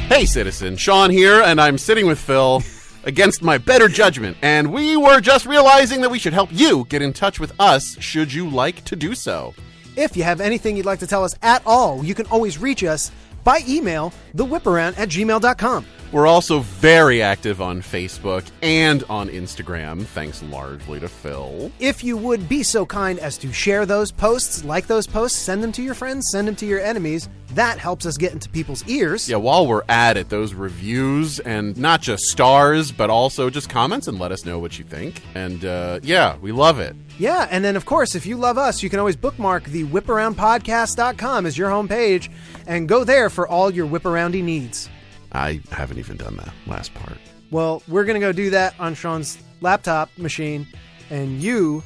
Hey, citizen, Sean here, and I'm sitting with Phil against my better judgment, and we were just realizing that we should help you get in touch with us should you like to do so.
If you have anything you'd like to tell us at all, you can always reach us by email, thewhiparound at gmail.com.
We're also very active on Facebook and on Instagram, thanks largely to Phil.
If you would be so kind as to share those posts, like those posts, send them to your friends, send them to your enemies, that helps us get into people's ears.
Yeah, while we're at it, those reviews and not just stars, but also just comments and let us know what you think. And uh, yeah, we love it.
Yeah, and then of course, if you love us, you can always bookmark the whiparoundpodcast.com as your homepage and go there for all your whiparoundy needs.
I haven't even done that last part.
Well, we're going to go do that on Sean's laptop machine, and you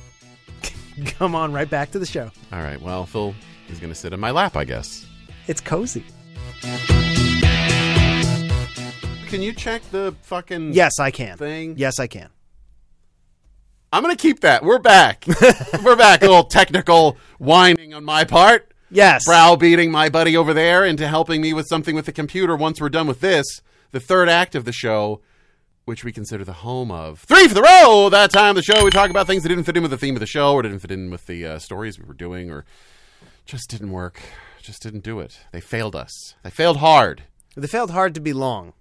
[LAUGHS] come on right back to the show.
All right, well, Phil is going to sit in my lap, I guess.
It's cozy.
Can you check the fucking
Yes, I can.
thing?
Yes, I can.
I'm going to keep that. We're back. we're back. A little technical whining on my part.
Yes.
browbeating my buddy over there into helping me with something with the computer once we're done with this, the third act of the show, which we consider the home of Three for the Row. That time, the show, we talk about things that didn't fit in with the theme of the show or didn't fit in with the uh, stories we were doing or just didn't work. Just didn't do it. They failed us. They failed hard.
They failed hard to be long.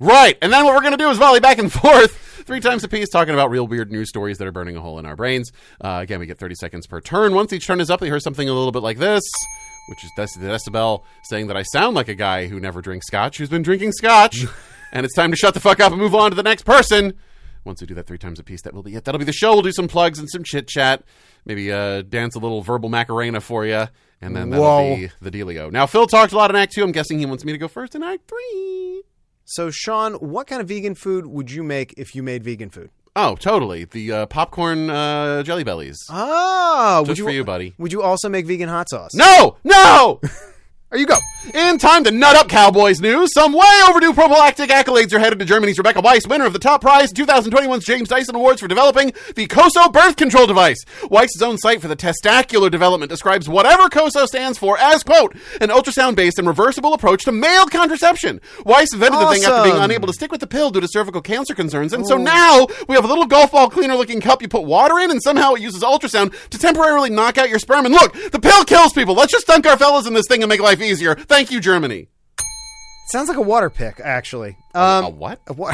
Right. And then what we're going to do is volley back and [LAUGHS] forth three times apiece, talking about real weird news stories that are burning a hole in our brains. Uh, again, we get 30 seconds per turn. Once each turn is up, we hear something a little bit like this, which is that's the decibel saying that I sound like a guy who never drinks scotch, who's been drinking scotch. and it's time to shut the fuck up and move on to the next person. Once we do that three times a piece, that will be it. That'll be the show. We'll do some plugs and some chit chat. Maybe uh, dance a little verbal macarena for you, and then that'll
Whoa.
be the dealio. Now, Phil talked a lot in Act Two. I'm guessing he wants me to go first in Act Three.
So, Sean, what kind of vegan food would you make if you made vegan food?
Oh, totally. The uh, popcorn uh, jelly bellies.
Oh, would
Just for you, buddy.
Would you also make vegan hot sauce?
No, no.
Or you go.
In time to nut up Cowboys news, some way overdue prophylactic accolades are headed to Germany's Rebecca Weiss, winner of the top prize 2021's James Dyson Awards for developing the COSO birth control device. Weiss's own site for the testacular development describes whatever COSO stands for as, quote, an ultrasound-based and reversible approach to male contraception. Weiss invented the thing after being
Awesome.
unable to stick with the pill due to cervical cancer concerns, and so now we have a little golf ball cleaner-looking cup you put water in, and somehow it uses ultrasound to temporarily knock out your sperm. And look, the pill kills people. Let's just dunk our fellas in this thing and make life easier. Thank you, Germany.
Sounds like a water pick, actually. Um,
a what?
[LAUGHS] a wa-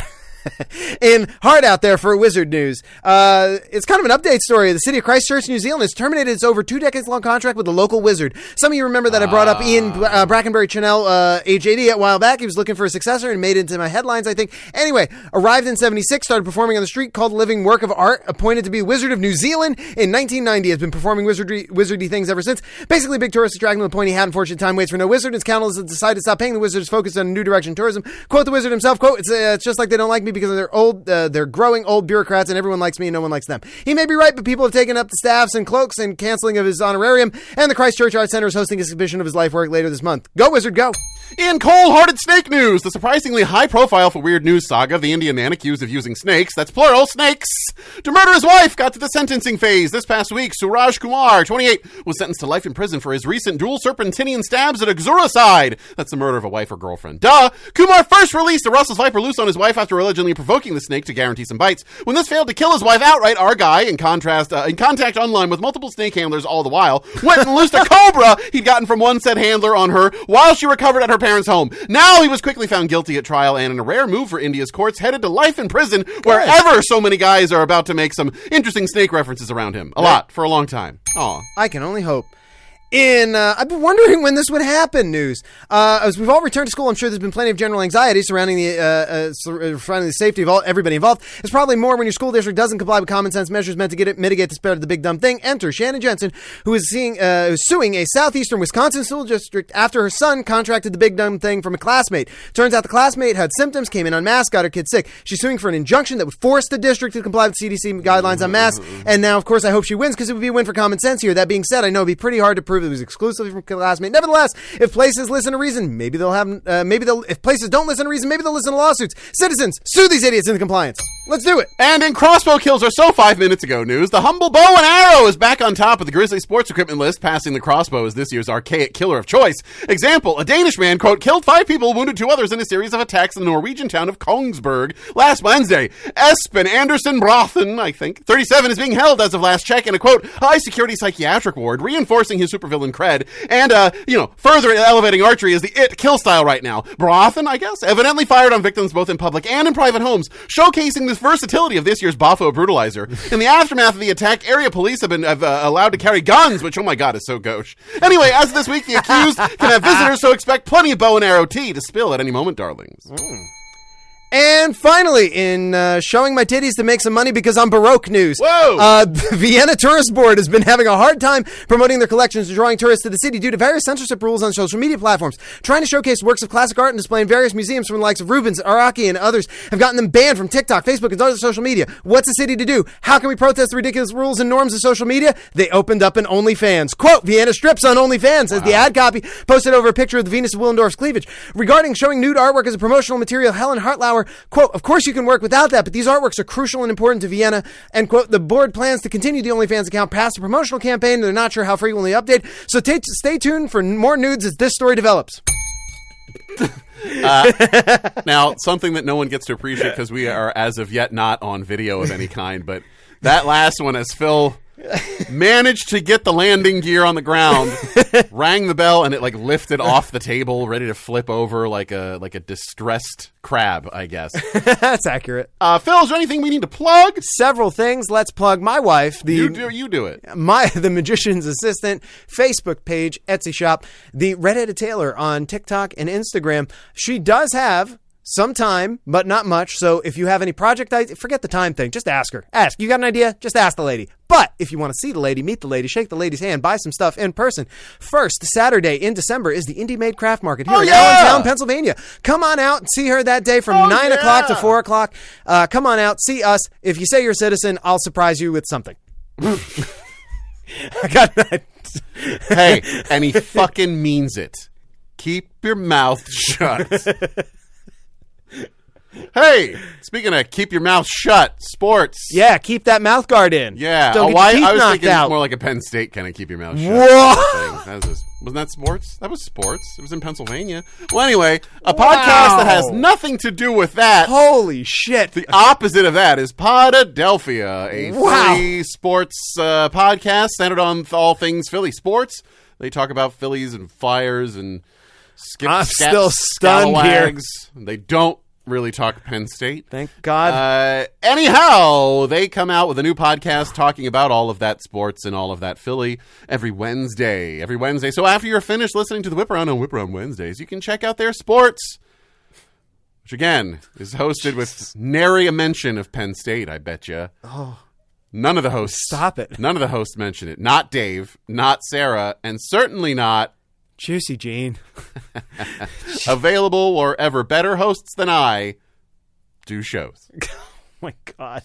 In hard out there for wizard news, uh, it's kind of an update story. The city of Christchurch, New Zealand, has terminated its over two decades long contract with a local wizard. Some of you remember that I brought up Ian uh, Brackenbury Chanel, uh, age 80, a while back. He was looking for a successor and made it into my headlines, I think. Anyway, arrived in 76, started performing on the street, called living work of art, appointed to be Wizard of New Zealand in 1990, has been performing wizardry, wizardy things ever since. Basically, big tourist attraction with a pointy hat and fortune time waits for no wizard. Its council has decided to stop paying the wizards focused on new direction tourism. Quote the wizard himself, quote, it's, uh, it's just like they don't like me because they're old, uh, they're growing old bureaucrats and everyone likes me and no one likes them. He may be right, but people have taken up the staffs and cloaks and canceling of his honorarium and the Christchurch Art Center is hosting an exhibition of his life work later this month. Go wizard, go.
In cold-hearted snake news, the surprisingly high profile for weird news saga of the Indian man accused of using snakes, that's plural, snakes, to murder his wife got to the sentencing phase this past week. Suraj Kumar, 28, was sentenced to life in prison for his recent dual serpentinian stabs at Exuricide. That's the murder of a wife or girlfriend. Duh! Kumar first released the Russell's viper loose on his wife after allegedly provoking the snake to guarantee some bites. When this failed to kill his wife outright, our guy, in contrast, uh, in contact online with multiple snake handlers all the while, went and loosed a cobra he'd gotten from one said handler on her while she recovered at her parents' home. Now he was quickly found guilty at trial and in a rare move for India's courts, headed to life in prison where ever so many guys are about to make some interesting snake references around him. A lot for a long time. Aw.
I can only hope. In, uh, I've been wondering [LAUGHS] when this would happen. News, uh, as we've all returned to school, I'm sure there's been plenty of general anxiety surrounding the uh, uh, sur- surrounding the safety of all everybody involved. It's probably more when your school district doesn't comply with common sense measures meant to get it, mitigate the spread of the big dumb thing. Enter Shannon Jensen, who is seeing uh, who's suing a southeastern Wisconsin school district after her son contracted the big dumb thing from a classmate. Turns out the classmate had symptoms, came in unmasked, got her kid sick. She's suing for an injunction that would force the district to comply with CDC guidelines on masks. And now, of course, I hope she wins because it would be a win for common sense here. That being said, I know it'd be pretty hard to prove it was exclusively from classmate. Nevertheless, if places listen to reason, maybe they'll have. Uh, maybe they'll. If places don't listen to reason, maybe they'll listen to lawsuits. Citizens, sue these idiots into compliance. Let's do it.
And in crossbow kills or so five minutes ago news, the humble bow and arrow is back on top of the Grizzly sports equipment list, passing the crossbow as this year's archaic killer of choice. Example, a Danish man, quote, killed five people, wounded two others in a series of attacks in the Norwegian town of Kongsberg last Wednesday. Espen Andersen Brothen, I think, 37, is being held as of last check in a, quote, high security psychiatric ward, reinforcing his supervillain cred, and, uh, you know, further elevating archery is the it kill style right now. Brothen, I guess, evidently fired on victims both in public and in private homes, showcasing this versatility of this year's Bafo brutalizer. In the aftermath of the attack, area police have been have, uh, allowed to carry guns, which oh my god is so gauche. Anyway, as of this week, the accused can have visitors, so expect plenty of bow and arrow tea to spill at any moment, darlings.
And finally, in uh, showing my titties to make some money because I'm Baroque news.
Whoa!
Uh, [LAUGHS] the Vienna Tourist Board has been having a hard time promoting their collections and drawing tourists to the city due to various censorship rules on social media platforms. Trying to showcase works of classic art and display in various museums from the likes of Rubens, Araki, and others have gotten them banned from TikTok, Facebook, and other social media. What's the city to do? How can we protest the ridiculous rules and norms of social media? They opened up an OnlyFans. Quote, Vienna strips on OnlyFans as the ad copy posted over a picture of the Venus of Willendorf's cleavage. Regarding showing nude artwork as a promotional material, Helen Hartlauer, quote, of course you can work without that, but these artworks are crucial and important to Vienna, and quote, the board plans to continue the OnlyFans account past the promotional campaign. They're not sure how frequently update, so ta- stay tuned for more nudes as this story develops.
Now, something that no one gets to appreciate because we are, as of yet, not on video of any kind, but that last one, as Phil managed to get the landing gear on the ground, rang the bell, and it like lifted off the table, ready to flip over like a like a distressed crab, I guess.
[LAUGHS] That's accurate.
Uh, Phil, is there anything we need to plug?
Several things. Let's plug my wife, the
You do, you do it.
my [LAUGHS] the magician's assistant facebook page etsy shop the redheaded tailor on tiktok and instagram she does have some time but not much so if you have any project ideas forget the time thing just ask her ask you got an idea just ask the lady but if you want to see the lady meet the lady shake the lady's hand buy some stuff in person first saturday in december is the indie made craft market here
Oh,
in
yeah!
allentown pennsylvania come on out and see her that day from 9 o'clock to
yeah!
4 o'clock uh, come on out see us if you say you're a citizen i'll surprise you with
[LAUGHS]
something I got that.
Hey, and he fucking means it. Keep your mouth shut. hey, speaking of keep your mouth shut, sports.
Yeah, keep that mouth guard in.
Yeah.
Don't
Oh,
get
why-
your teeth
I was
knocked
thinking
out.
more like a Penn State kind of keep your mouth shut.
Whoa!
thing. That was just- wasn't that sports? That was sports. It was in Pennsylvania. Well, anyway, a podcast that has
Wow.
nothing to do with
[LAUGHS]
that.
Holy shit.
The opposite of that is Podadelphia, a
Wow.
Philly sports uh, podcast centered on th- all things Philly sports. They talk about Phillies and Flyers and skip
I'm
scat-
still stunned here.
scalawags. They don't really talk Penn State.
Thank God.
Uh, anyhow, they come out with a new podcast talking about all of that sports and all of that Philly every Wednesday. Every Wednesday. So after you're finished listening to the Whip Around on Whip Around Wednesdays, you can check out their sports, which again is hosted with nary a mention of Penn State. I bet you. Oh. None of the hosts.
Stop it.
None of the hosts mention it. Not Dave. Not Sarah. And certainly not
Juicy Gene. [LAUGHS]
available or ever better hosts than I do shows.
Oh my God.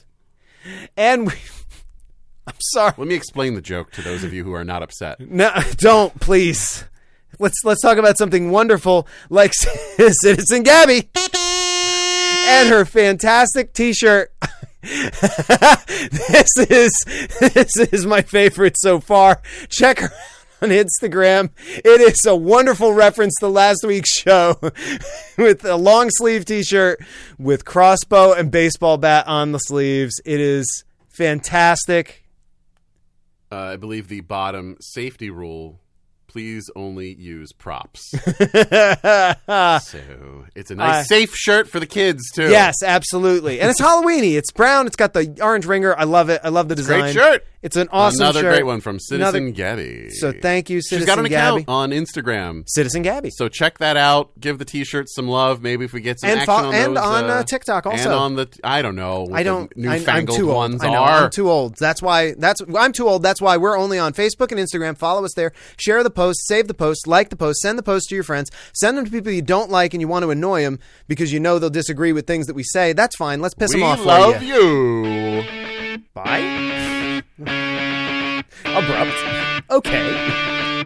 And we. [LAUGHS] I'm sorry.
Let me explain the joke to those of you who are not upset.
No, [LAUGHS] don't please. Let's let's talk about something wonderful like [LAUGHS] Citizen Gabby and her fantastic T-shirt. [LAUGHS] this is this is my favorite so far. Check her out on Instagram. It is a wonderful reference to last week's show [LAUGHS] with a long sleeve T-shirt with crossbow and baseball bat on the sleeves. It is fantastic. [LAUGHS]
uh, I believe the bottom safety rule: please only
[LAUGHS]
use props. so it's a nice
I-
safe shirt for the kids too.
Uh, Yes, absolutely. And it's Halloweeny. It's brown. It's got the orange ringer. I love it. I love the design.
great shirt.
It's an awesome
Another
shirt.
great one from Citizen
Another-
Gabby.
So thank you, Citizen
She's got an
Gabby.
account on Instagram.
Citizen Gabby.
So check that out. Give the t-shirts some love. Maybe if we get some
And
action
fo-
on
and
those,
on, uh, TikTok
and
also.
on the I don't know. what
I don't.
the
I, I'm
newfangled
too old.
ones
I know.
are.
I'm too old. That's why. That's I'm too old. That's why we're only on Facebook and Instagram. Follow us there. Share the post. Save the post. Like the post. Send the post to your friends. Send them to people you don't like and you want to annoy them because you know they'll disagree with things that we say. That's fine. Let's piss
we
them off
love
for you.
you.
Bye. Abrupt. Okay.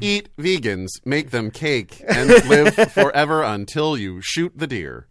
Eat
[LAUGHS]
vegans, make them cake, and live forever until you shoot the deer.